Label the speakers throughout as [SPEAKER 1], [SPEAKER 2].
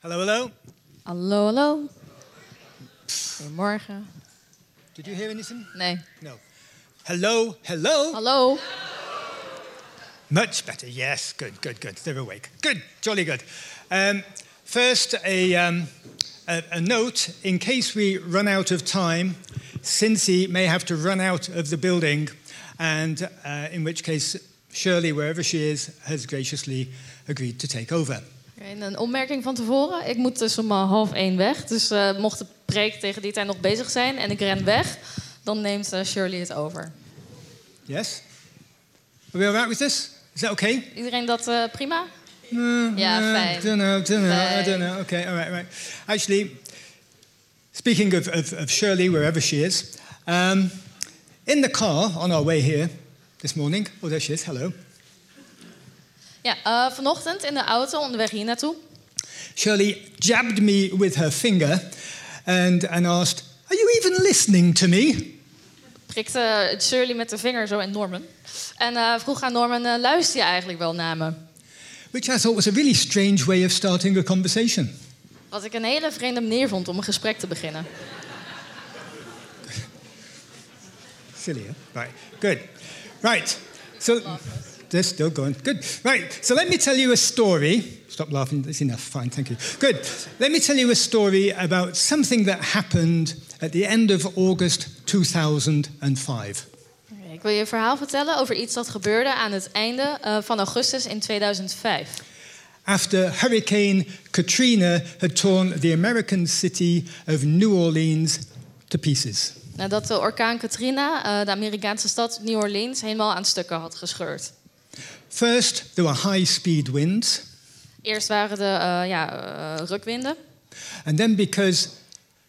[SPEAKER 1] Hello, hello.
[SPEAKER 2] Hallo, hallo. Goedemorgen.
[SPEAKER 1] Did you hear anything?
[SPEAKER 2] Nee.
[SPEAKER 1] No. Hello, hello.
[SPEAKER 2] Hallo.
[SPEAKER 1] Much better. Yes. Good, good, good. They're awake. Good. Jolly good. Um, first, a, um, a, a note in case we run out of time, Cincy may have to run out of the building, and uh, in which case, Shirley, wherever she is, has graciously agreed to take over.
[SPEAKER 2] En een opmerking van tevoren. Ik moet dus om eh, half één weg. Dus eh, mocht de preek tegen die tijd nog bezig zijn en ik ren weg, dan neemt eh, Shirley het over.
[SPEAKER 1] Yes? Are we all right with this? Is that okay?
[SPEAKER 2] Iedereen dat eh, prima? Ja,
[SPEAKER 1] Mm-hmm. I
[SPEAKER 2] fijn.
[SPEAKER 1] don't know, don't know, I
[SPEAKER 2] Fijn.
[SPEAKER 1] don't know. Okay, all right, right. Actually, speaking of, of, of Shirley, wherever she is, um, in the car on our way here this morning, oh, there she is, hello.
[SPEAKER 2] Ja, eh, vanochtend in de auto onderweg hier naartoe.
[SPEAKER 1] Shirley jabbed me with her finger and, and asked, Are you even listening to me?
[SPEAKER 2] prikte eh, Shirley met de vinger zo in Norman. En eh, vroeg aan Norman, eh, luister je eigenlijk wel naar me?
[SPEAKER 1] Which I thought was a really strange way of starting a conversation.
[SPEAKER 2] Wat ik een hele vreemde manier vond om een gesprek te beginnen.
[SPEAKER 1] Silly, huh? Right, good. Right, so they're still going. Good. Right, so let me tell you a story. Stop laughing, that's enough. Fine, thank you. Good. Let me tell you a story about something that happened at the end of August 2005.
[SPEAKER 2] Oké, Ik wil je een verhaal vertellen over iets dat gebeurde aan het einde eh, van augustus in 2005.
[SPEAKER 1] After Hurricane Katrina had torn the American city of New Orleans to pieces.
[SPEAKER 2] Nadat de orkaan Katrina eh, de Amerikaanse stad New Orleans helemaal aan stukken had gescheurd.
[SPEAKER 1] First, there were high speed winds.
[SPEAKER 2] Eerst waren de eh, ja, eh, rukwinden.
[SPEAKER 1] And then because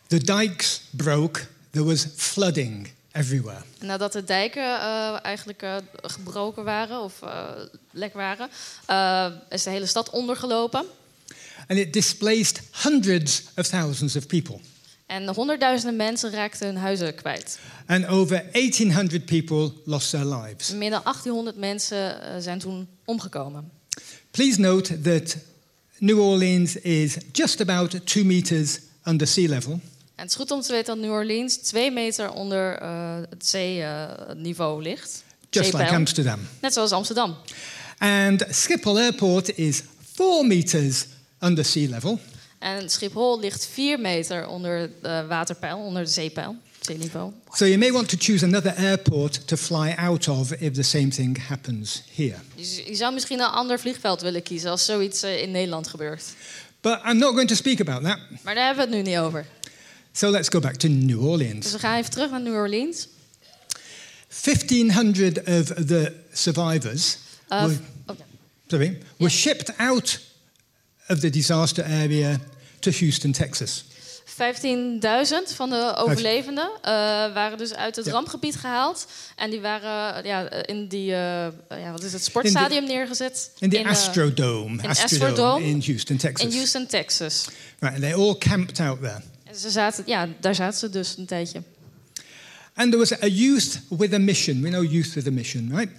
[SPEAKER 1] the dikes broke, there was flooding everywhere.
[SPEAKER 2] En Nadat de dijken eh, eigenlijk eh, gebroken waren of eh, lek waren, eh, is de hele stad ondergelopen.
[SPEAKER 1] And it displaced hundreds of thousands of people.
[SPEAKER 2] En honderdduizenden mensen raakten hun huizen kwijt.
[SPEAKER 1] And over 1,800 people lost their lives.
[SPEAKER 2] Meer dan 1800 mensen eh, zijn toen omgekomen.
[SPEAKER 1] Please note that New Orleans is just about two meters under sea level,
[SPEAKER 2] En het is goed om te weten dat New Orleans twee meter onder eh, het zeeniveau ligt.
[SPEAKER 1] just like
[SPEAKER 2] Zeepeil.
[SPEAKER 1] Amsterdam.
[SPEAKER 2] Net zoals Amsterdam.
[SPEAKER 1] And Schiphol Airport is four meters under sea level.
[SPEAKER 2] En Schiphol ligt vier meter onder de waterpeil, onder de zeepeil, zeeniveau.
[SPEAKER 1] So you may want to choose another airport to fly out of if the same thing happens here.
[SPEAKER 2] Dus je zou misschien een ander vliegveld willen kiezen als zoiets eh, in Nederland gebeurt.
[SPEAKER 1] But I'm not going to speak about that.
[SPEAKER 2] Maar daar hebben we het nu niet over.
[SPEAKER 1] So let's go back to New Orleans.
[SPEAKER 2] Dus we gaan even terug naar New Orleans.
[SPEAKER 1] 1,500 of the survivors
[SPEAKER 2] Eh,
[SPEAKER 1] were,
[SPEAKER 2] oh, ja.
[SPEAKER 1] sorry, were shipped out of the disaster area to Houston, Texas.
[SPEAKER 2] 15.000 van de overlevenden eh, waren dus uit het
[SPEAKER 1] Ja.
[SPEAKER 2] rampgebied gehaald. En die waren eh, ja, in die, eh, ja, wat is het, sportstadium neergezet.
[SPEAKER 1] In the
[SPEAKER 2] eh,
[SPEAKER 1] Astrodome,
[SPEAKER 2] in
[SPEAKER 1] Astrodome,
[SPEAKER 2] Astrodome
[SPEAKER 1] in Houston, Texas.
[SPEAKER 2] in Houston, Texas.
[SPEAKER 1] Right, and they all camped out there.
[SPEAKER 2] En ze zaten, ja, daar zaten ze dus een tijdje.
[SPEAKER 1] And there was a youth with a mission. We know youth with a mission, right?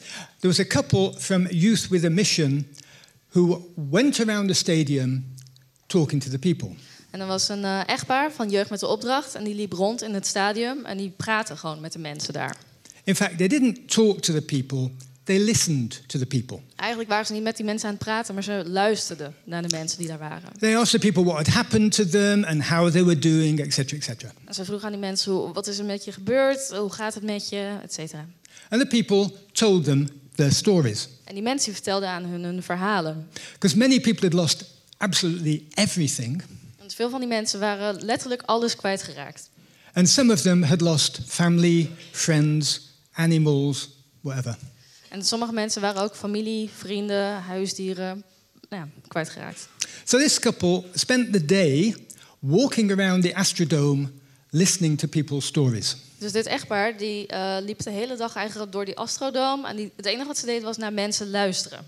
[SPEAKER 1] There was a couple from Youth with a Mission who went around the stadium talking to the people.
[SPEAKER 2] En er was een eh, echtpaar van Jeugd met de Opdracht. En die liep rond in het stadium. En die praatte gewoon met de mensen daar.
[SPEAKER 1] In fact, they didn't talk to the people, they listened to the people.
[SPEAKER 2] Eigenlijk waren ze niet met die mensen aan het praten. Maar ze luisterden naar de mensen die daar waren.
[SPEAKER 1] They asked the people what had happened to them and how they were doing, etc., etc.
[SPEAKER 2] En ze vroegen aan die mensen, hoe, wat is er met je gebeurd? Hoe gaat het met je? Et cetera.
[SPEAKER 1] And the people told them their stories.
[SPEAKER 2] En die mensen die vertelden aan hun hun verhalen.
[SPEAKER 1] Because many people had lost absolutely everything,
[SPEAKER 2] Want veel van die mensen waren letterlijk alles kwijtgeraakt.
[SPEAKER 1] and some of them had lost family, friends, animals, whatever.
[SPEAKER 2] En sommige mensen waren ook familie, vrienden, huisdieren nou ja, kwijtgeraakt.
[SPEAKER 1] So this couple spent the day walking around the Astrodome listening to people's stories.
[SPEAKER 2] Dus dit echtpaar die, eh, liep de hele dag eigenlijk door die astrodoom. En die, het enige wat ze deden was naar mensen luisteren.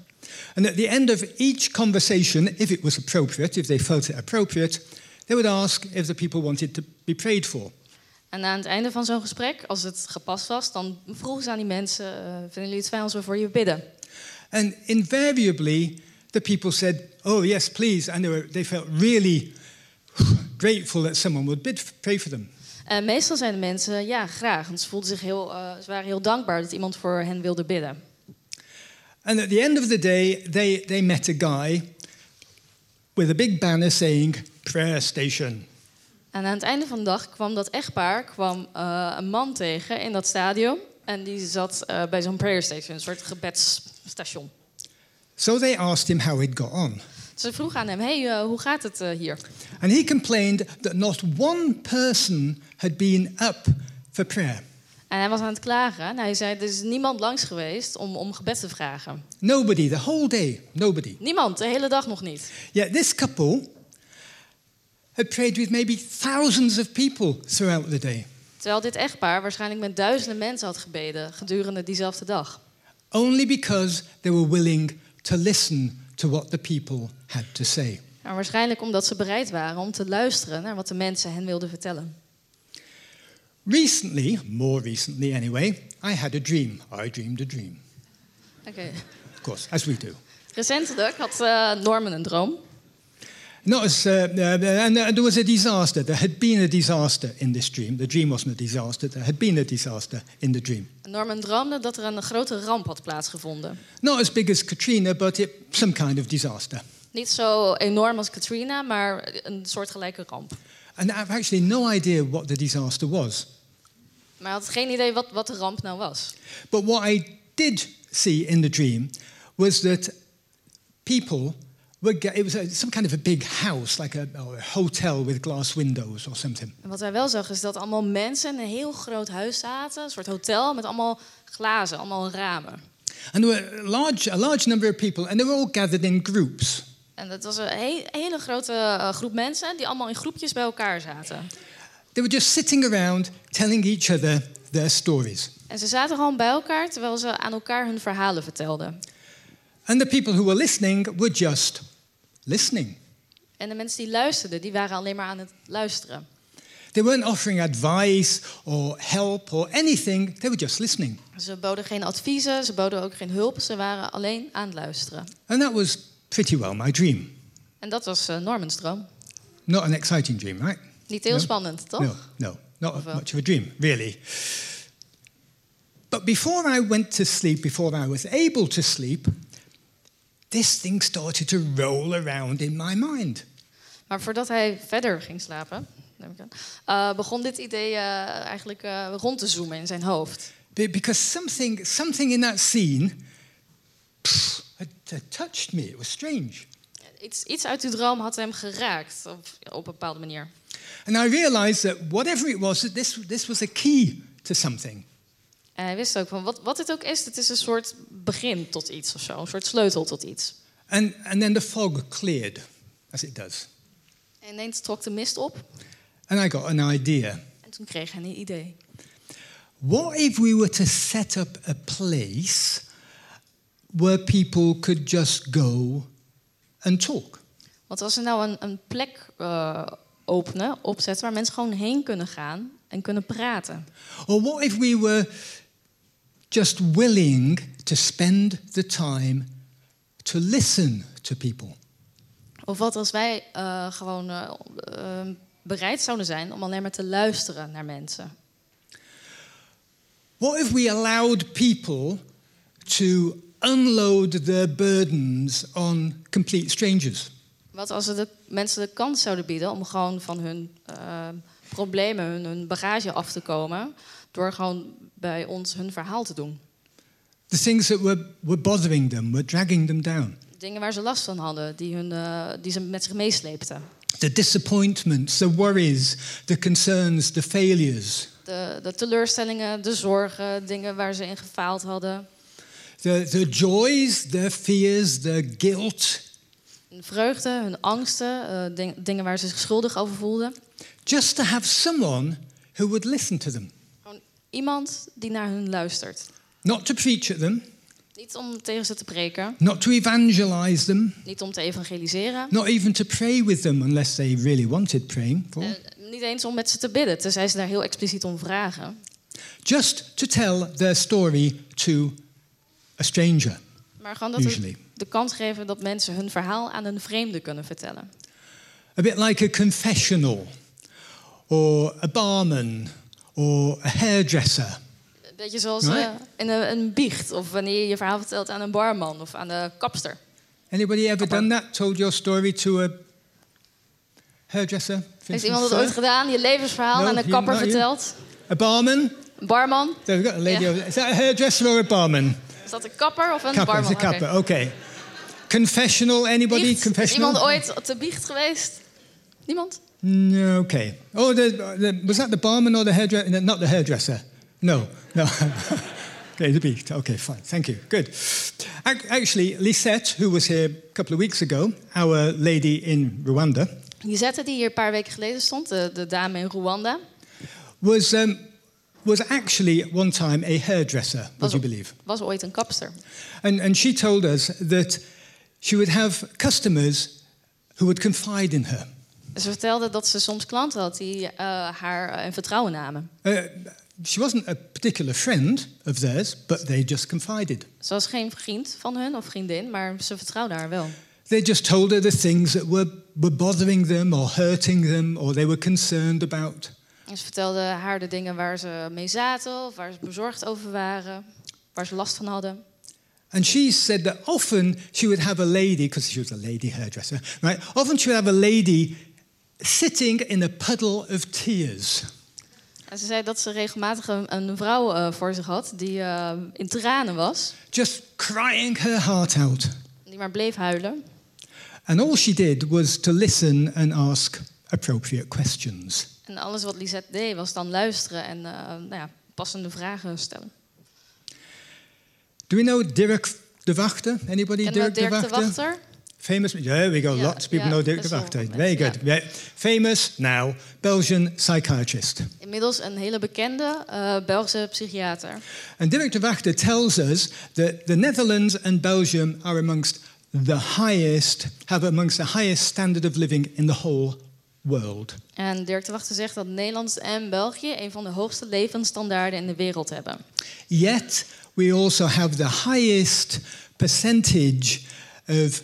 [SPEAKER 1] And at the end of each conversation, if it was appropriate, if they felt it appropriate, they would ask if the people wanted to be prayed for.
[SPEAKER 2] En aan het einde van zo'n gesprek, als het gepast was, dan vroegen ze aan die mensen... eh, vinden jullie het fijn als we voor je bidden?
[SPEAKER 1] And invariably, the people said, Oh, yes, please. And they, were, they felt really grateful that someone would bid, pray for them.
[SPEAKER 2] En meestal zijn de mensen, ja, graag. Want ze, voelden zich heel, eh, ze waren heel dankbaar dat iemand voor hen wilde bidden.
[SPEAKER 1] And at the end of the day, they, they met a guy with a big banner saying, Prayer Station.
[SPEAKER 2] En aan het einde van de dag kwam dat echtpaar kwam, eh, een man tegen in dat stadion. En die zat eh, bij zo'n prayer station, een soort gebedsstation.
[SPEAKER 1] So they asked him how he'd got on.
[SPEAKER 2] Dus ze vroeg aan hem, hey, eh, hoe gaat het eh, hier?
[SPEAKER 1] And he complained that not one person had been up for prayer.
[SPEAKER 2] En hij was aan het klagen. En hij zei, er is niemand langs geweest om, om gebed te vragen.
[SPEAKER 1] Nobody, the whole day, nobody.
[SPEAKER 2] Niemand, de hele dag nog niet.
[SPEAKER 1] Yet this couple had prayed with maybe thousands of people throughout the day.
[SPEAKER 2] Terwijl dit echtpaar waarschijnlijk met duizenden mensen had gebeden gedurende diezelfde dag.
[SPEAKER 1] only because they were willing to listen to what the people had to say.
[SPEAKER 2] En waarschijnlijk omdat ze bereid waren om te luisteren naar wat de mensen hen wilden vertellen.
[SPEAKER 1] Recently, more recently anyway, I had a dream. I dreamed a dream,
[SPEAKER 2] Oké.
[SPEAKER 1] of course, as we do.
[SPEAKER 2] Recentelijk had eh, Norman een droom.
[SPEAKER 1] Not as, uh, uh, and uh, there was a disaster. There had been a disaster in this dream. The dream wasn't a disaster. There had been a disaster in the dream.
[SPEAKER 2] Norman droomde dat er een grote ramp had plaatsgevonden.
[SPEAKER 1] Not as big as Katrina, but it, some kind of disaster.
[SPEAKER 2] Niet zo enorm als Katrina, maar een soort gelijke ramp.
[SPEAKER 1] And I've actually no idea what the disaster was.
[SPEAKER 2] Maar hij had geen idee wat, wat de ramp nou was.
[SPEAKER 1] But what I did see in the dream was that people were get, it was a, some kind of a big house, like a, or a hotel with glass windows or something.
[SPEAKER 2] En wat hij wel zag is dat allemaal mensen in een heel groot huis zaten, een soort hotel met allemaal glazen, allemaal ramen.
[SPEAKER 1] And there were large, a large number of people, and they were all gathered in groups.
[SPEAKER 2] En dat was een he- hele grote eh, groep mensen die allemaal in groepjes bij elkaar zaten.
[SPEAKER 1] They were just sitting around telling each other their stories.
[SPEAKER 2] En ze zaten gewoon bij elkaar terwijl ze aan elkaar hun verhalen vertelden.
[SPEAKER 1] And the people who were listening were just listening.
[SPEAKER 2] En de mensen die luisterden, die waren alleen maar aan het luisteren.
[SPEAKER 1] They weren't offering advice or help or anything, they were just listening.
[SPEAKER 2] Ze boden geen adviezen, ze boden ook geen hulp, ze waren alleen aan het luisteren.
[SPEAKER 1] And that was pretty well my dream.
[SPEAKER 2] En dat was eh, Normans droom.
[SPEAKER 1] Not an exciting dream, right?
[SPEAKER 2] Niet heel
[SPEAKER 1] Ja.
[SPEAKER 2] spannend, toch?
[SPEAKER 1] No, no, not
[SPEAKER 2] Of wel?
[SPEAKER 1] much of a dream, really. But before I went to sleep, before I was able to sleep, this thing started to roll around in my mind.
[SPEAKER 2] Maar voordat hij verder ging slapen, neem ik aan, eh, begon dit idee eh, eigenlijk eh, rond te zoomen in zijn hoofd.
[SPEAKER 1] Be- Because something, something in that scene pff, had, had touched me. It was strange.
[SPEAKER 2] Iets, iets uit die droom had hem geraakt op, op een bepaalde manier.
[SPEAKER 1] And I realized that whatever it was, that this, this was a key to something.
[SPEAKER 2] En hij wist ook van wat, wat dit ook is, het is een soort begin tot iets of zo, een soort sleutel tot iets.
[SPEAKER 1] And, and then the fog cleared, as it does.
[SPEAKER 2] En ineens trok de mist op
[SPEAKER 1] And I got an idea.
[SPEAKER 2] en toen kreeg hij een idee.
[SPEAKER 1] What if we were to set up a place where people could just go and talk?
[SPEAKER 2] Want als ze nou een, een plek eh, openen, opzetten waar mensen gewoon heen kunnen gaan en kunnen praten.
[SPEAKER 1] Or what if we were just willing to spend the time to listen to people?
[SPEAKER 2] Of wat als wij eh, gewoon eh, eh, bereid zouden zijn om alleen maar te luisteren naar mensen.
[SPEAKER 1] What if we allowed people to unload their burdens on complete strangers?
[SPEAKER 2] Wat als we de mensen de kans zouden bieden om gewoon van hun eh, problemen, hun, hun bagage af te komen. Door gewoon bij ons hun verhaal te doen.
[SPEAKER 1] The things that were, were bothering them, were dragging them down.
[SPEAKER 2] Dingen waar ze last van hadden, die, hun, eh, die ze met zich meesleepten.
[SPEAKER 1] The disappointments, the worries, the concerns, the failures.
[SPEAKER 2] De, de teleurstellingen, de zorgen, dingen waar ze in gefaald hadden.
[SPEAKER 1] Their, their joys, their fears, their guilt,
[SPEAKER 2] Hun vreugde, hun angsten, eh, ding- dingen waar ze zich schuldig over voelden.
[SPEAKER 1] just to have someone who would listen to them.
[SPEAKER 2] Gewoon iemand die naar hun luistert.
[SPEAKER 1] Not to preach at them,
[SPEAKER 2] Niet om tegen ze te preken,
[SPEAKER 1] not to evangelize them,
[SPEAKER 2] niet om te evangeliseren.
[SPEAKER 1] not even to pray with them unless they really wanted praying for.
[SPEAKER 2] eh, niet eens om met ze te bidden, tenzij ze daar heel expliciet om vragen.
[SPEAKER 1] Just to tell their story to a stranger,
[SPEAKER 2] Maar gewoon dat het,
[SPEAKER 1] usually.
[SPEAKER 2] de kans geven dat mensen hun verhaal aan een vreemde kunnen vertellen.
[SPEAKER 1] A bit like a confessional, or a barman, or a hairdresser.
[SPEAKER 2] Een beetje zoals eh,
[SPEAKER 1] Nee.
[SPEAKER 2] in een, een biecht of wanneer je je verhaal vertelt aan een barman of aan de kapster.
[SPEAKER 1] Anybody ever done that? Told your story to a hairdresser?
[SPEAKER 2] Heeft
[SPEAKER 1] Vincent
[SPEAKER 2] iemand dat
[SPEAKER 1] Sir?
[SPEAKER 2] ooit gedaan? Je levensverhaal
[SPEAKER 1] No,
[SPEAKER 2] aan een
[SPEAKER 1] you-
[SPEAKER 2] kapper
[SPEAKER 1] not you.
[SPEAKER 2] verteld?
[SPEAKER 1] A barman?
[SPEAKER 2] Een barman?
[SPEAKER 1] There we go. A lady
[SPEAKER 2] Yeah.
[SPEAKER 1] over there. Is that a hairdresser or a barman?
[SPEAKER 2] Is dat een kapper of een
[SPEAKER 1] Kapper. It's
[SPEAKER 2] barman?
[SPEAKER 1] a
[SPEAKER 2] Oké.
[SPEAKER 1] kapper. Okay. Confessional. Anybody?
[SPEAKER 2] Biecht. Is
[SPEAKER 1] Confessional.
[SPEAKER 2] iemand ooit te biecht geweest? Niemand?
[SPEAKER 1] No, okay. Oh, the, the, was that the barman or the hairdresser? No, not the hairdresser. No, no. okay, the beak. Okay, fine. Thank you. Good. Ac- Actually, Lisette, who was here a couple of weeks ago, our lady in Rwanda,
[SPEAKER 2] Lisette, die hier een paar weken geleden stond, de, de dame in Rwanda,
[SPEAKER 1] was, um, was actually at one time a hairdresser, would
[SPEAKER 2] was,
[SPEAKER 1] you believe?
[SPEAKER 2] was ooit een kapster.
[SPEAKER 1] And, and she told us that she would have customers who would confide in her.
[SPEAKER 2] Ze vertelde dat ze soms klanten had die eh, haar eh, in vertrouwen namen.
[SPEAKER 1] Uh, she wasn't a particular friend of theirs, but they just confided.
[SPEAKER 2] Ze was geen vriend van hun of vriendin, maar ze vertrouwde haar wel.
[SPEAKER 1] They just told her the things that were, were bothering them or hurting them or they were concerned about.
[SPEAKER 2] En ze vertelde haar de dingen waar ze mee zaten of waar ze bezorgd over waren, waar ze last van hadden.
[SPEAKER 1] And she said that often she would have a lady, because she was a lady hairdresser, right? Often she would have a lady sitting in a puddle of tears.
[SPEAKER 2] En ze zei dat ze regelmatig een, een vrouw eh, voor zich had die eh, in tranen was,
[SPEAKER 1] Just crying her heart out.
[SPEAKER 2] die maar bleef huilen.
[SPEAKER 1] And all she did was to listen and ask appropriate questions.
[SPEAKER 2] En alles wat Lisette deed was dan luisteren en eh, nou ja, passende vragen stellen.
[SPEAKER 1] Do we know Dirk de Wachter? Anybody
[SPEAKER 2] Ken je
[SPEAKER 1] Dirk,
[SPEAKER 2] Dirk de
[SPEAKER 1] Wachter?
[SPEAKER 2] Wachter?
[SPEAKER 1] Famous, yeah, we go.
[SPEAKER 2] Yeah,
[SPEAKER 1] Lots of people
[SPEAKER 2] yeah,
[SPEAKER 1] know Dirk de
[SPEAKER 2] that's all
[SPEAKER 1] Wachter.
[SPEAKER 2] comments,
[SPEAKER 1] Very good. Yeah. Famous now, Belgian psychiatrist.
[SPEAKER 2] Inmiddels een hele bekende eh, Belgische psychiater.
[SPEAKER 1] And Dirk de Wachter tells us that the Netherlands and Belgium are amongst the highest, have amongst the highest standard of living in the whole world.
[SPEAKER 2] En Dirk de Wachter zegt dat Nederland en België een van de hoogste levensstandaarden in de wereld hebben.
[SPEAKER 1] Yet, we also have the highest percentage of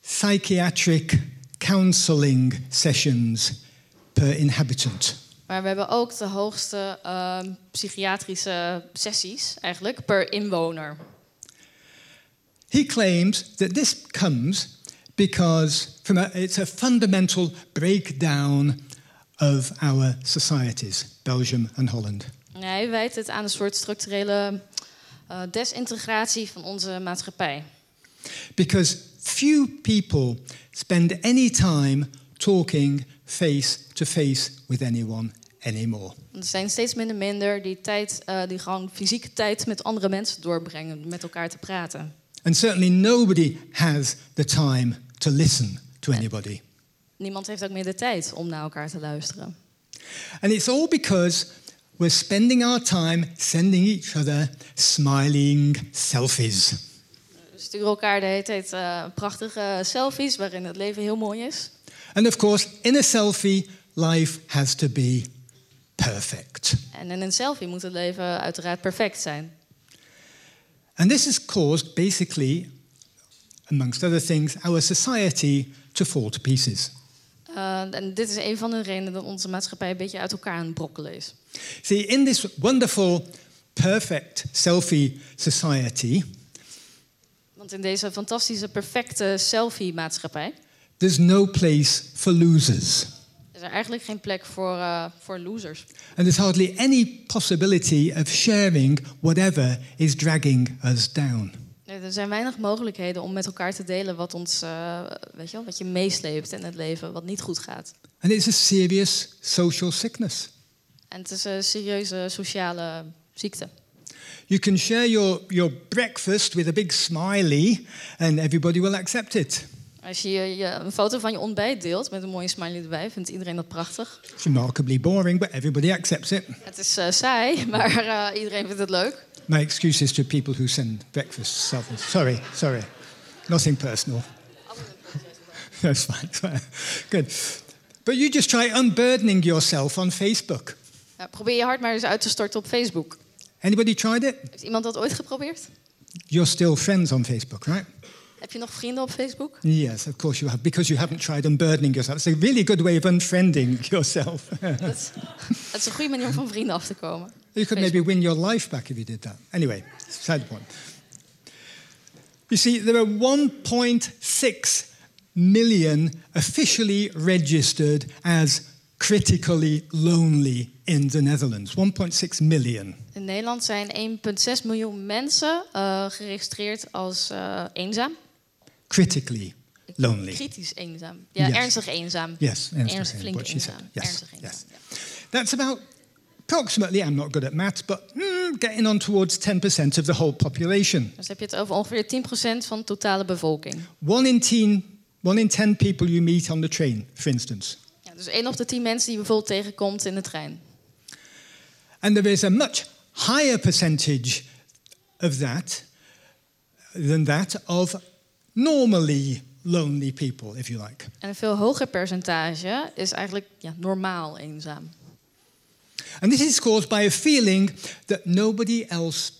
[SPEAKER 1] psychiatric counseling sessions per inhabitant.
[SPEAKER 2] Maar we hebben ook de hoogste ehm, psychiatrische sessies eigenlijk per inwoner.
[SPEAKER 1] He claims that this comes because from a, it's a fundamental breakdown of our societies, Belgium and Holland.
[SPEAKER 2] En hij wijt het aan een soort structurele eh, desintegratie van onze maatschappij.
[SPEAKER 1] Because few people spend any time talking face to face with anyone anymore.
[SPEAKER 2] Er zijn steeds minder minder die tijd, eh, die gewoon fysieke tijd met andere mensen doorbrengen, met elkaar te praten.
[SPEAKER 1] And certainly nobody has the time to listen to anybody.
[SPEAKER 2] Niemand heeft ook meer de tijd om naar elkaar te luisteren.
[SPEAKER 1] And it's all because we're spending our time sending each other smiling selfies.
[SPEAKER 2] We sturen elkaar de hele tijd eh, prachtige selfies waarin het leven heel mooi is.
[SPEAKER 1] And of course, in a selfie, life has to be perfect.
[SPEAKER 2] En in een selfie moet het leven uiteraard perfect zijn.
[SPEAKER 1] And this has caused, basically, amongst other things, our society to fall to pieces.
[SPEAKER 2] Eh, en dit is een van de redenen dat onze maatschappij een beetje uit elkaar aan het brokkelen is.
[SPEAKER 1] See, in this wonderful, perfect selfie society,
[SPEAKER 2] Want in deze fantastische, perfecte selfie-maatschappij
[SPEAKER 1] there's no place for losers.
[SPEAKER 2] is er eigenlijk geen plek voor, eh, voor losers.
[SPEAKER 1] And there's hardly any possibility of sharing whatever is dragging us down.
[SPEAKER 2] Er zijn weinig mogelijkheden om met elkaar te delen wat, ons, eh, weet je, wel, wat je meesleept in het leven, wat niet goed gaat.
[SPEAKER 1] And it's a serious social sickness.
[SPEAKER 2] En het is een serieuze sociale ziekte.
[SPEAKER 1] You can share your, your breakfast with a big smiley and everybody will accept it.
[SPEAKER 2] Als je, je een foto van je ontbijt deelt met een mooie smiley erbij, vindt iedereen dat prachtig.
[SPEAKER 1] It's remarkably boring, but everybody accepts it.
[SPEAKER 2] Het is eh, saai, maar eh, iedereen vindt het leuk.
[SPEAKER 1] My excuses to people who send breakfast selfies. Sorry, sorry. Nothing personal. That's fine. it's fine. Good. But you just try unburdening yourself on Facebook.
[SPEAKER 2] Ja, probeer je hart maar eens uit te storten op Facebook.
[SPEAKER 1] Anybody tried it?
[SPEAKER 2] Heeft iemand dat ooit geprobeerd?
[SPEAKER 1] You're still friends on Facebook, right?
[SPEAKER 2] Heb je nog vrienden op Facebook?
[SPEAKER 1] Yes, of course you have, because you haven't tried unburdening yourself. It's a really good way of unfriending yourself.
[SPEAKER 2] Dat is, dat is een goede manier om van vrienden af te komen.
[SPEAKER 1] You could maybe win your life back if you did that. Anyway, side point. You see, there are 1.6 million officially registered as critically lonely in the Netherlands. 1.6 million.
[SPEAKER 2] In Nederland zijn 1,6 miljoen mensen eh, geregistreerd als eh, eenzaam.
[SPEAKER 1] Critically lonely.
[SPEAKER 2] Kritisch eenzaam. Ja,
[SPEAKER 1] Yes.
[SPEAKER 2] ernstig eenzaam.
[SPEAKER 1] Yes,
[SPEAKER 2] ernstig,
[SPEAKER 1] ernstig eenzaam,
[SPEAKER 2] flink
[SPEAKER 1] what she said.
[SPEAKER 2] eenzaam.
[SPEAKER 1] Yes,
[SPEAKER 2] Ernstig eenzaam.
[SPEAKER 1] yes. That's about approximately, I'm not good at maths, but mm, getting on towards 10% of the whole population.
[SPEAKER 2] Dus heb je het over ongeveer 10% van de totale bevolking.
[SPEAKER 1] One in, teen, one in 10 people you meet on the train, for instance.
[SPEAKER 2] Ja, dus 1 op de 10 mensen die je bijvoorbeeld tegenkomt in de trein.
[SPEAKER 1] And there is a much higher percentage of that than that of normally lonely people, if you like.
[SPEAKER 2] En een veel hoger percentage is eigenlijk ja, normaal eenzaam.
[SPEAKER 1] And this is caused by a feeling that nobody else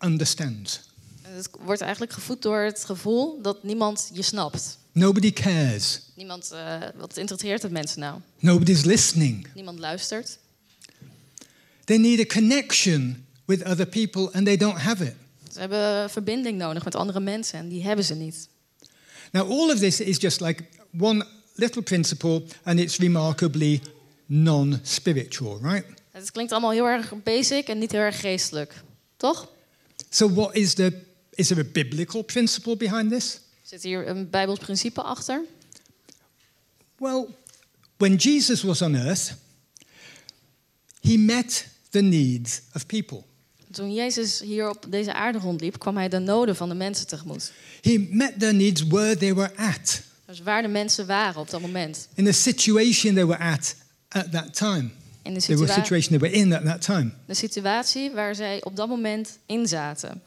[SPEAKER 1] understands.
[SPEAKER 2] En Het wordt eigenlijk gevoed door het gevoel dat niemand je snapt.
[SPEAKER 1] Nobody cares.
[SPEAKER 2] Niemand, eh, wat interesseert het mensen nou?
[SPEAKER 1] Nobody's listening.
[SPEAKER 2] Niemand luistert.
[SPEAKER 1] They need a connection with other people and they don't have it.
[SPEAKER 2] Ze hebben verbinding nodig met andere mensen en die hebben ze niet.
[SPEAKER 1] Now, all of this is just like one little principle and it's remarkably non spiritual, right?
[SPEAKER 2] Het klinkt allemaal heel erg basic en niet heel erg geestelijk, toch?
[SPEAKER 1] So, what is the is there a biblical principle behind this?
[SPEAKER 2] Zit hier een Bijbels principe achter?
[SPEAKER 1] Well, when Jesus was on earth, he met the needs of people.
[SPEAKER 2] Toen Jezus hier op deze aarde rondliep, kwam hij de noden van de mensen tegemoet.
[SPEAKER 1] He met their needs where they were at,
[SPEAKER 2] Dus waar de mensen waren op dat moment.
[SPEAKER 1] in the situation they were at at that time.
[SPEAKER 2] In de,
[SPEAKER 1] They were
[SPEAKER 2] situa-
[SPEAKER 1] situation they were in at that time.
[SPEAKER 2] de situatie waar zij op dat moment in zaten.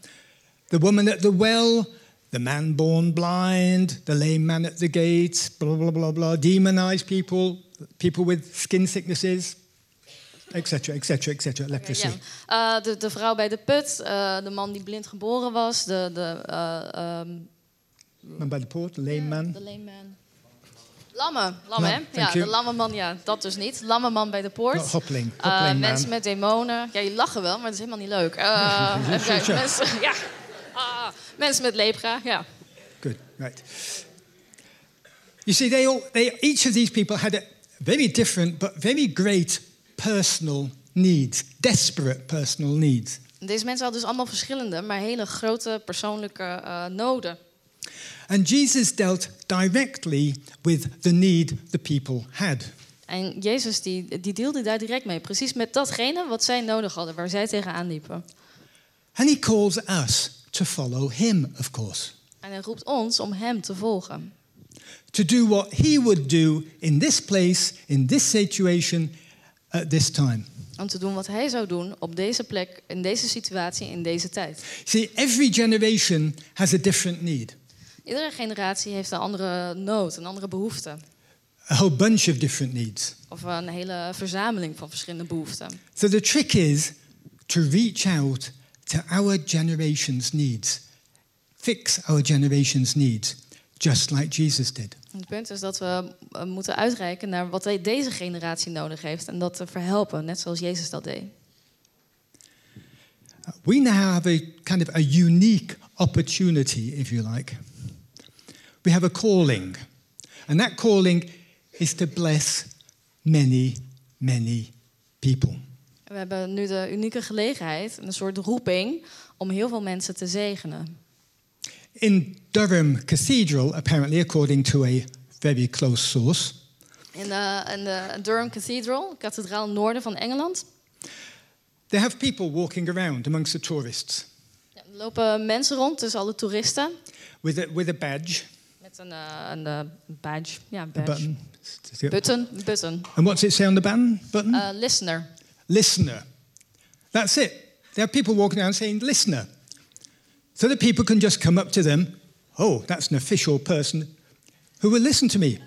[SPEAKER 1] The woman at the well, the man born blind, the lame man at the gate, blah blah blah blah, demonized people, people with skin sicknesses, etc. etc. etc. leprosy.
[SPEAKER 2] Ja. Eh, de, de vrouw bij de put, eh, de man die blind geboren was, de, de, eh, ehm,
[SPEAKER 1] Man by the port, the lame man.
[SPEAKER 2] de leeman. Lamme,
[SPEAKER 1] Lam,
[SPEAKER 2] lamme, hè?
[SPEAKER 1] Nou, thank
[SPEAKER 2] Ja,
[SPEAKER 1] you.
[SPEAKER 2] de lamme man, ja, dat dus niet. Lamme man bij de poort.
[SPEAKER 1] Not hoppling,
[SPEAKER 2] Eh,
[SPEAKER 1] hoppling man.
[SPEAKER 2] mensen met demonen. Ja, jullie lachen wel, maar dat is helemaal niet leuk. Eh, even kijken,
[SPEAKER 1] sure.
[SPEAKER 2] Mensen, ja. Ah, mensen met lepra, ja.
[SPEAKER 1] Good, right. You see, they all, they, each of these people had a very different but very great personal needs, desperate personal needs.
[SPEAKER 2] Deze mensen hadden dus allemaal verschillende, maar hele grote persoonlijke eh, noden.
[SPEAKER 1] And Jesus dealt directly with the need the people had.
[SPEAKER 2] En Jezus die, die deelde daar direct mee. Precies met datgene wat zij nodig hadden, waar zij tegenaan liepen.
[SPEAKER 1] And he calls us to follow him, of course,
[SPEAKER 2] En hij roept ons om hem te volgen.
[SPEAKER 1] to do what he would do in this place, in this situation, at this time.
[SPEAKER 2] Om te doen wat hij zou doen op deze plek, in deze situatie, in deze tijd.
[SPEAKER 1] See, every generation has a different need,
[SPEAKER 2] Iedere generatie heeft een andere nood, een andere behoefte.
[SPEAKER 1] a whole bunch of different needs.
[SPEAKER 2] Of een hele verzameling van verschillende behoeften.
[SPEAKER 1] So the trick is to reach out to our generation's needs, fix our generation's needs, just like Jesus did.
[SPEAKER 2] Het punt is dat we eh, moeten uitreiken naar wat deze generatie nodig heeft. En dat te verhelpen, net zoals Jezus dat deed.
[SPEAKER 1] We now have a kind of a unique opportunity, if you like. We have a calling, and that calling is to bless many, many people.
[SPEAKER 2] We hebben nu de unieke gelegenheid, een soort roeping, om heel veel mensen te zegenen.
[SPEAKER 1] In Durham Cathedral, apparently, according to a very close source,
[SPEAKER 2] In de, in de Durham Cathedral, kathedraal noorden van Engeland,
[SPEAKER 1] they have people walking around amongst the tourists
[SPEAKER 2] ja, er lopen mensen rond, dus alle toeristen.
[SPEAKER 1] with a, with a badge.
[SPEAKER 2] Met een, eh, een eh, badge. Ja,
[SPEAKER 1] A
[SPEAKER 2] badge.
[SPEAKER 1] button.
[SPEAKER 2] Button, button.
[SPEAKER 1] And what's it say on the ban button?
[SPEAKER 2] Eh, listener.
[SPEAKER 1] listener. That's it. There are people walking around saying listener. So that people can just come up to them, oh, that's an official person who will listen to me,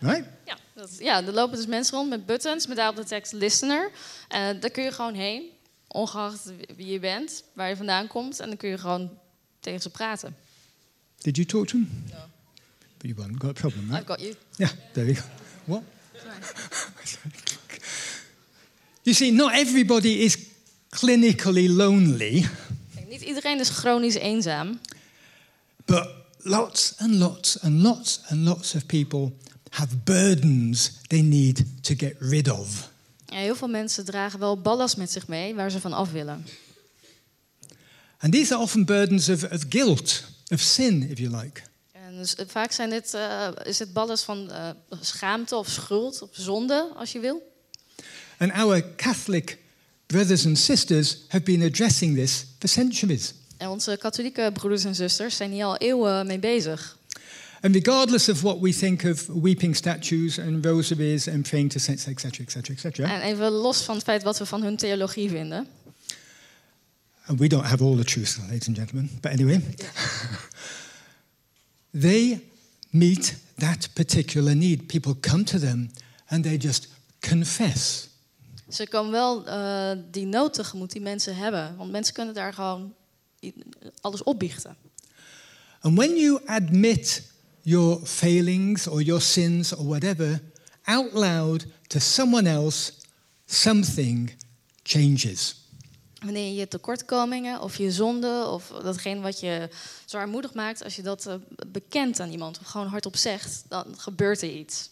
[SPEAKER 1] right?
[SPEAKER 2] Ja, dat, ja, er lopen dus mensen rond met buttons, met daarop de tekst listener. Eh daar kun je gewoon heen, ongeacht wie je bent, waar je vandaan komt. En dan kun je gewoon tegen ze praten.
[SPEAKER 1] Did you talk to him? No. But you haven't got a problem, right?
[SPEAKER 2] I've got you.
[SPEAKER 1] Yeah, there we go. What? you see, not everybody is clinically lonely,
[SPEAKER 2] Kijk, niet iedereen is chronisch eenzaam.
[SPEAKER 1] but lots and lots and lots and lots of people have burdens they need to get rid of.
[SPEAKER 2] Ja, heel veel mensen dragen wel ballast met zich mee waar ze van af willen.
[SPEAKER 1] And these are often burdens of, of guilt, of sin, if you like.
[SPEAKER 2] En dus, eh, vaak zijn dit, eh, is het ballast van eh, schaamte of schuld of zonde, als je wil.
[SPEAKER 1] And our Catholic brothers and sisters have been addressing this for centuries.
[SPEAKER 2] En onze katholieke broeders en zusters zijn hier al eeuwen mee bezig.
[SPEAKER 1] And regardless of what we think of weeping statues and rosaries and praying to saints, etc., etc., etc.,
[SPEAKER 2] En even los van het feit wat we van hun theologie vinden.
[SPEAKER 1] and we don't have all the truth, ladies and gentlemen, but anyway, they meet that particular need. People come to them and they just confess.
[SPEAKER 2] Ze komen wel eh, die nood tegemoet die mensen hebben. Want mensen kunnen daar gewoon i- alles opbiechten.
[SPEAKER 1] And when you admit your failings or your sins or whatever out loud to someone else, something changes.
[SPEAKER 2] Wanneer je tekortkomingen of je zonde of datgene wat je zwaarmoedig maakt, als je dat eh, bekent aan iemand of gewoon hardop zegt, dan gebeurt er iets.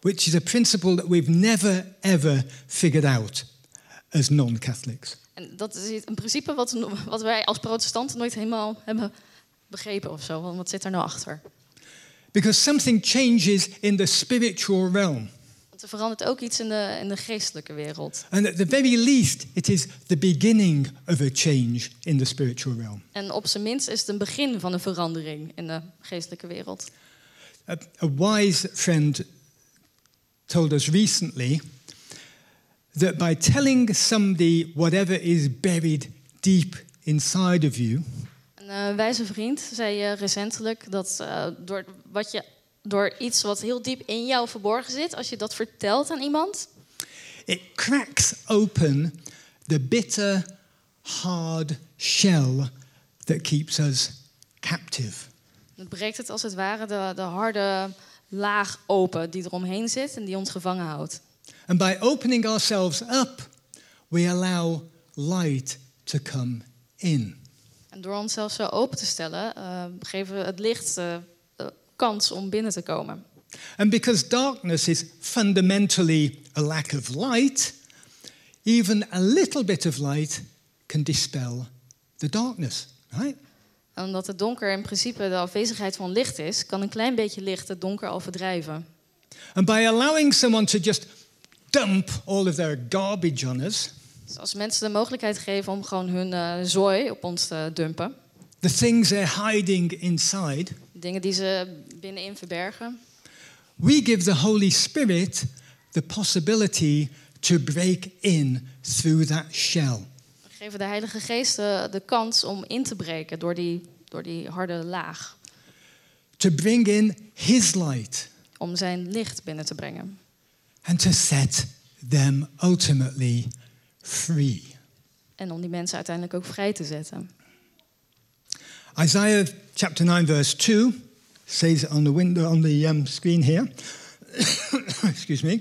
[SPEAKER 1] which is a principle that we've never ever figured out as non Catholics.
[SPEAKER 2] En dat is iets- een principe wat, wat wij als protestanten nooit helemaal hebben begrepen of zo. Want wat zit er nou achter?
[SPEAKER 1] Because something changes in the spiritual realm.
[SPEAKER 2] Want er verandert ook iets in de, in de geestelijke wereld.
[SPEAKER 1] And at the very least, it is the beginning of a change in the spiritual realm.
[SPEAKER 2] En op zijn minst is het een begin van een verandering in de geestelijke wereld.
[SPEAKER 1] A, a wise friend told us recently that by telling somebody whatever is buried deep inside of you,
[SPEAKER 2] Een eh, wijze vriend zei eh, recentelijk dat eh, door, wat je, door iets wat heel diep in jou verborgen zit, als je dat vertelt aan iemand,
[SPEAKER 1] It cracks open the bitter, hard shell that keeps us captive.
[SPEAKER 2] dan breekt het als het ware de, de harde laag open die eromheen zit en die ons gevangen houdt.
[SPEAKER 1] And by opening ourselves up, we allow light to come in.
[SPEAKER 2] En door onszelf zo open te stellen, eh, geven we het licht eh, eh, kans om binnen te komen.
[SPEAKER 1] And because darkness is fundamentally a lack of light, even a little bit of light can dispel the darkness, right?
[SPEAKER 2] En omdat het donker in principe de afwezigheid van licht is, kan een klein beetje licht het donker al verdrijven.
[SPEAKER 1] And by allowing someone to just dump all of their garbage on us,
[SPEAKER 2] Dus als mensen de mogelijkheid geven om gewoon hun eh, zooi op ons te dumpen,
[SPEAKER 1] the things they're hiding inside,
[SPEAKER 2] dingen die ze binnenin verbergen,
[SPEAKER 1] we give the Holy Spirit the possibility to break in through that shell.
[SPEAKER 2] geven de Heilige Geest eh, de kans om in te breken door die, door die harde laag.
[SPEAKER 1] To bring in His light
[SPEAKER 2] Om zijn licht binnen te brengen.
[SPEAKER 1] and to set them ultimately free.
[SPEAKER 2] En om die mensen uiteindelijk ook vrij te zetten.
[SPEAKER 1] Isaiah chapter 9, verse 2 says it on the window on the um, screen here. Excuse me.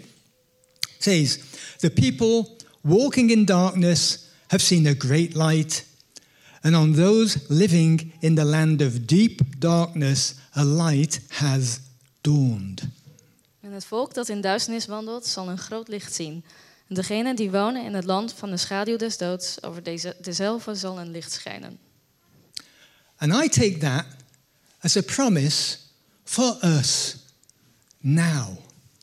[SPEAKER 1] Says, The people walking in darkness have seen a great light, and on those living in the land of deep darkness, a light has dawned.
[SPEAKER 2] En het volk dat in duisternis wandelt, zal een groot licht zien. En degenen die wonen in het land van de schaduw des doods, over deze, dezelfde zal een licht schijnen.
[SPEAKER 1] And I take that as a promise for us now.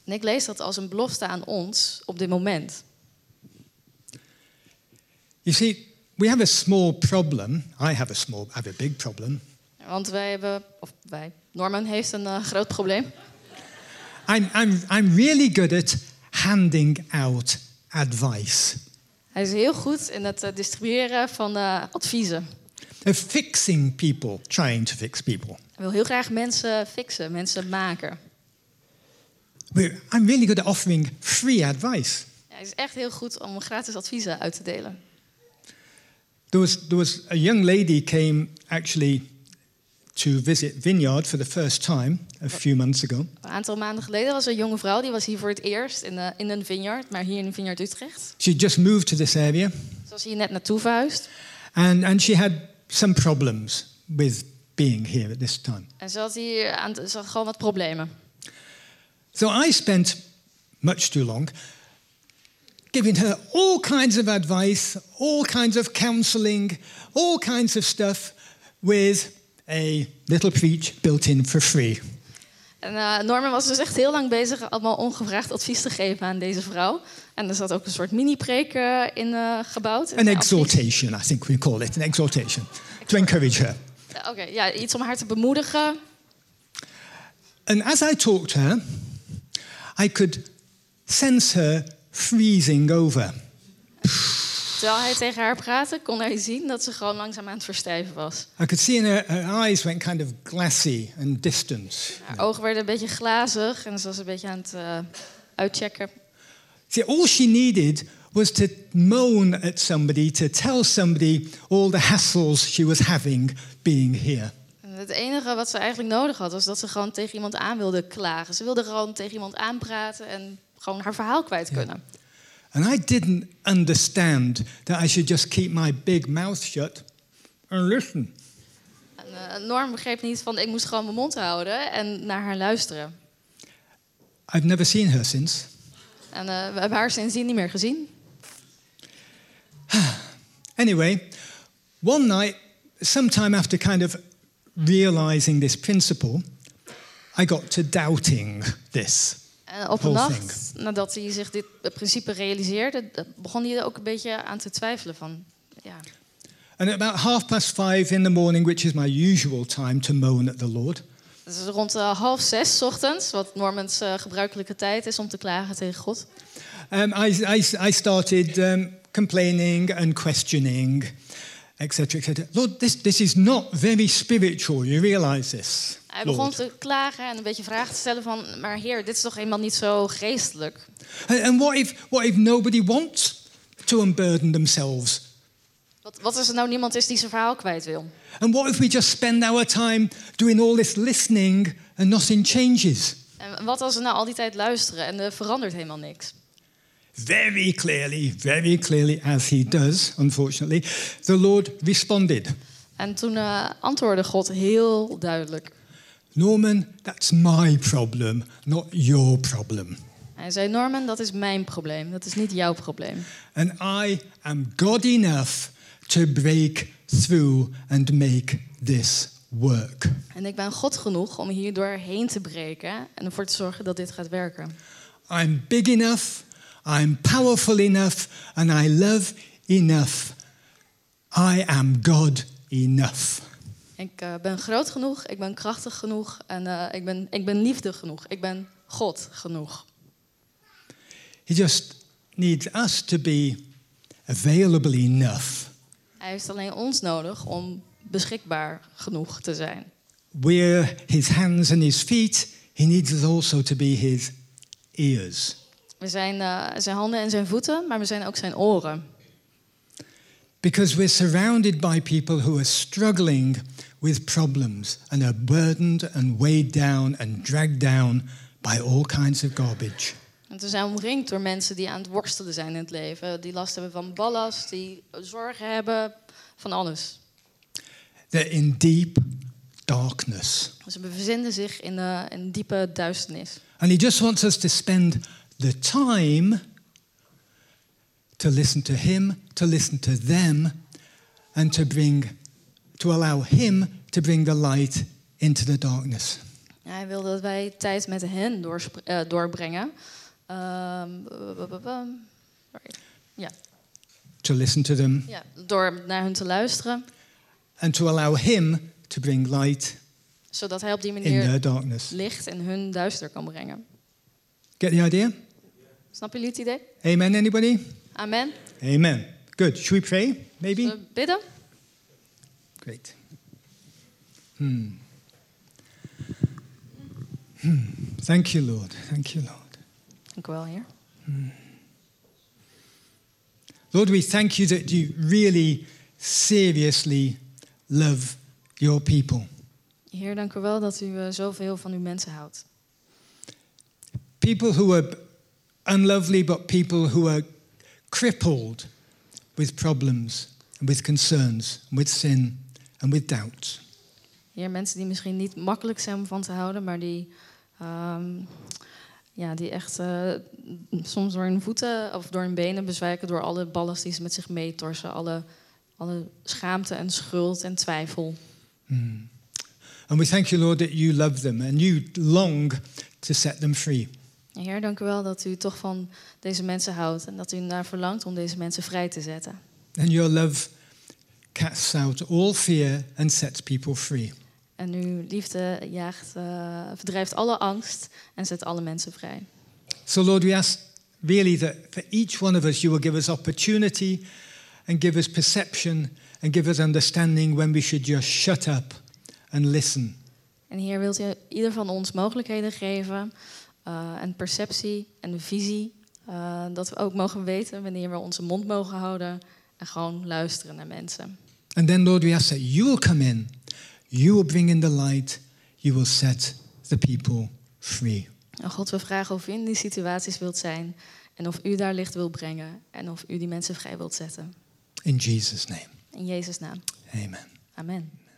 [SPEAKER 2] En ik lees dat als een belofte aan ons op dit moment.
[SPEAKER 1] You see, we have a small problem. I have a small, I have a big problem.
[SPEAKER 2] Want wij hebben, of wij, Norman heeft een eh, groot probleem.
[SPEAKER 1] I'm, I'm, I'm really good at handing out advice,
[SPEAKER 2] Hij is heel goed in het eh, distribueren van eh, adviezen.
[SPEAKER 1] of fixing people, trying to fix people.
[SPEAKER 2] Hij wil heel graag mensen fixen, mensen maken.
[SPEAKER 1] We're, I'm really good at offering free advice.
[SPEAKER 2] Hij is echt heel goed om gratis adviezen uit te delen.
[SPEAKER 1] There was, there was a young lady came actually to visit Vineyard for the first time a few months ago.
[SPEAKER 2] Een aantal maanden geleden was er een jonge vrouw, die was hier voor het eerst in, eh, in een vineyard, maar hier in Vineyard Utrecht.
[SPEAKER 1] She just moved to this area
[SPEAKER 2] Ze was hier net naartoe verhuisd.
[SPEAKER 1] and, and she had some problems with being here at this time.
[SPEAKER 2] En ze had hier aan, ze had gewoon wat problemen.
[SPEAKER 1] So I spent much too long giving her all kinds of advice, all kinds of counseling, all kinds of stuff with a little preach built in for free.
[SPEAKER 2] En eh, Norman was dus echt heel lang bezig allemaal ongevraagd advies te geven aan deze vrouw. En er zat ook een soort mini-preek eh, in eh, gebouwd.
[SPEAKER 1] An
[SPEAKER 2] Een advies-
[SPEAKER 1] exhortation, I think we call it, an exhortation to encourage her.
[SPEAKER 2] Oké, ja, iets om haar te bemoedigen.
[SPEAKER 1] And as I talked to her, I could sense her freezing over.
[SPEAKER 2] Terwijl hij tegen haar praatte, kon hij zien dat ze gewoon langzaam aan het verstijven was.
[SPEAKER 1] I could see in her, her eyes went kind of glassy and distant.
[SPEAKER 2] Haar ogen werden een beetje glazig en ze was een beetje aan het eh, uitchecken.
[SPEAKER 1] See, all she needed was to moan at somebody, to tell somebody all the hassles she was having being here.
[SPEAKER 2] En het enige wat ze eigenlijk nodig had, was dat ze gewoon tegen iemand aan wilde klagen. Ze wilde gewoon tegen iemand aanpraten en gewoon haar verhaal kwijt kunnen.
[SPEAKER 1] And I didn't understand that I should just keep my big mouth shut and listen.
[SPEAKER 2] En, eh, Norm begreep niet van ik moest gewoon mijn mond houden en naar haar luisteren.
[SPEAKER 1] I've never seen her since.
[SPEAKER 2] En eh, we hebben haar sindsdien niet meer gezien.
[SPEAKER 1] Anyway, one night, sometime after kind of realizing this principle, I got to doubting this.
[SPEAKER 2] En op een
[SPEAKER 1] Whole
[SPEAKER 2] nacht, nadat hij zich dit eh, principe realiseerde, eh, begon hij er ook een beetje aan te twijfelen van... Ja,
[SPEAKER 1] And at about half past five in the morning, which is my usual time to moan at the Lord,
[SPEAKER 2] Het is rond eh, half zes 's ochtends, wat Normans eh, gebruikelijke tijd is om te klagen tegen God.
[SPEAKER 1] Um, I, I, I started um, complaining and questioning, etc., etc. Lord, this, this is not very spiritual. You realize this.
[SPEAKER 2] Hij
[SPEAKER 1] Lord.
[SPEAKER 2] begon te klagen en een beetje vragen te stellen van... maar heer, dit is toch eenmaal niet zo geestelijk?
[SPEAKER 1] And, and what, if, what if nobody wants to unburden themselves?
[SPEAKER 2] Wat, wat als er nou niemand is die zijn verhaal kwijt wil?
[SPEAKER 1] And what if we just spend our time doing all this listening and nothing changes?
[SPEAKER 2] En wat als ze nou al die tijd luisteren en er verandert helemaal niks?
[SPEAKER 1] Very clearly, very clearly, as he does, unfortunately, the Lord responded
[SPEAKER 2] En toen eh, antwoordde God heel duidelijk.
[SPEAKER 1] Norman, that's my problem, not your problem.
[SPEAKER 2] Hij zei, Norman, dat is mijn probleem, dat is niet jouw probleem.
[SPEAKER 1] And I am God enough to break through and make this work.
[SPEAKER 2] En ik ben God genoeg om hier doorheen te breken... en ervoor te zorgen dat dit gaat werken.
[SPEAKER 1] I'm big enough, I'm powerful enough, and I love enough. I am God enough.
[SPEAKER 2] Ik eh, ben groot genoeg, ik ben krachtig genoeg en eh, ik, ben, ik ben liefde genoeg. Ik ben God genoeg.
[SPEAKER 1] He just needs us to be available enough.
[SPEAKER 2] Hij heeft alleen ons nodig om beschikbaar genoeg te zijn.
[SPEAKER 1] We're his hands and his feet. He needs us also to be his ears.
[SPEAKER 2] We zijn eh, zijn handen en zijn voeten, maar we zijn ook zijn oren.
[SPEAKER 1] Because we're surrounded by people who are struggling with problems and are burdened and weighed down and dragged down by all kinds of garbage.
[SPEAKER 2] Want we zijn omringd door mensen die aan het worstelen zijn in het leven. Die last hebben van ballast, die zorgen hebben, van alles.
[SPEAKER 1] They're in deep darkness.
[SPEAKER 2] Ze bevinden Dus zich in eh, een diepe duisternis.
[SPEAKER 1] And he just wants us to spend the time to listen to him, to listen to them, and to bring, to allow him to bring the light into the darkness.
[SPEAKER 2] Hij wil dat wij tijd met hen doorspr- eh, doorbrengen. Ehm, bu- bu- bu- bu- sorry. Ja.
[SPEAKER 1] To listen to them,
[SPEAKER 2] Ja, door naar hun te luisteren,
[SPEAKER 1] and to allow him to bring light
[SPEAKER 2] zodat hij op die
[SPEAKER 1] in
[SPEAKER 2] manier
[SPEAKER 1] their darkness.
[SPEAKER 2] licht en hun duister kan brengen.
[SPEAKER 1] Get the idea?
[SPEAKER 2] Snap jullie het idee?
[SPEAKER 1] Amen, anybody?
[SPEAKER 2] Amen.
[SPEAKER 1] Amen. Good. Should we pray? Maybe?
[SPEAKER 2] Zullen we bidden?
[SPEAKER 1] Great. Hmm. Hmm. Thank you, Lord. Thank you, Lord.
[SPEAKER 2] Dank u wel, Heer.
[SPEAKER 1] Lord, we thank you that you really seriously love your people.
[SPEAKER 2] Heer, dank u wel dat u eh, zoveel van uw mensen houdt.
[SPEAKER 1] People who are unlovely, but people who are crippled with problems and with concerns, and with sin and with doubts.
[SPEAKER 2] Heer, mensen die misschien niet makkelijk zijn om van te houden, maar die, ehm, ja, die echt eh, soms door hun voeten of door hun benen bezwijken door alle ballast die ze met zich meetorsen, alle, alle schaamte en schuld en twijfel.
[SPEAKER 1] And we thank you, Lord, that you love them and you long to set them free.
[SPEAKER 2] En Heer, dank u wel dat u toch van deze mensen houdt en dat u naar verlangt om deze mensen vrij te zetten.
[SPEAKER 1] And your love casts out all fear and sets people free.
[SPEAKER 2] En uw liefde jaagt, eh, verdrijft alle angst en zet alle mensen vrij.
[SPEAKER 1] So, Lord, we ask really that for each one of us, you will give us opportunity and give us perception and give us understanding when we should just shut up and listen.
[SPEAKER 2] En Heer, wilt u ieder van ons mogelijkheden geven, eh, een perceptie en een visie, eh, dat we ook mogen weten wanneer we onze mond mogen houden en gewoon luisteren naar mensen.
[SPEAKER 1] And then, Lord, we ask that you will come in, you will bring in the light, you will set the people free.
[SPEAKER 2] En God, we vragen of u in die situaties wilt zijn en of u daar licht wilt brengen en of u die mensen vrij wilt zetten.
[SPEAKER 1] In Jesus' name,
[SPEAKER 2] In Jezus' naam.
[SPEAKER 1] amen.
[SPEAKER 2] Amen.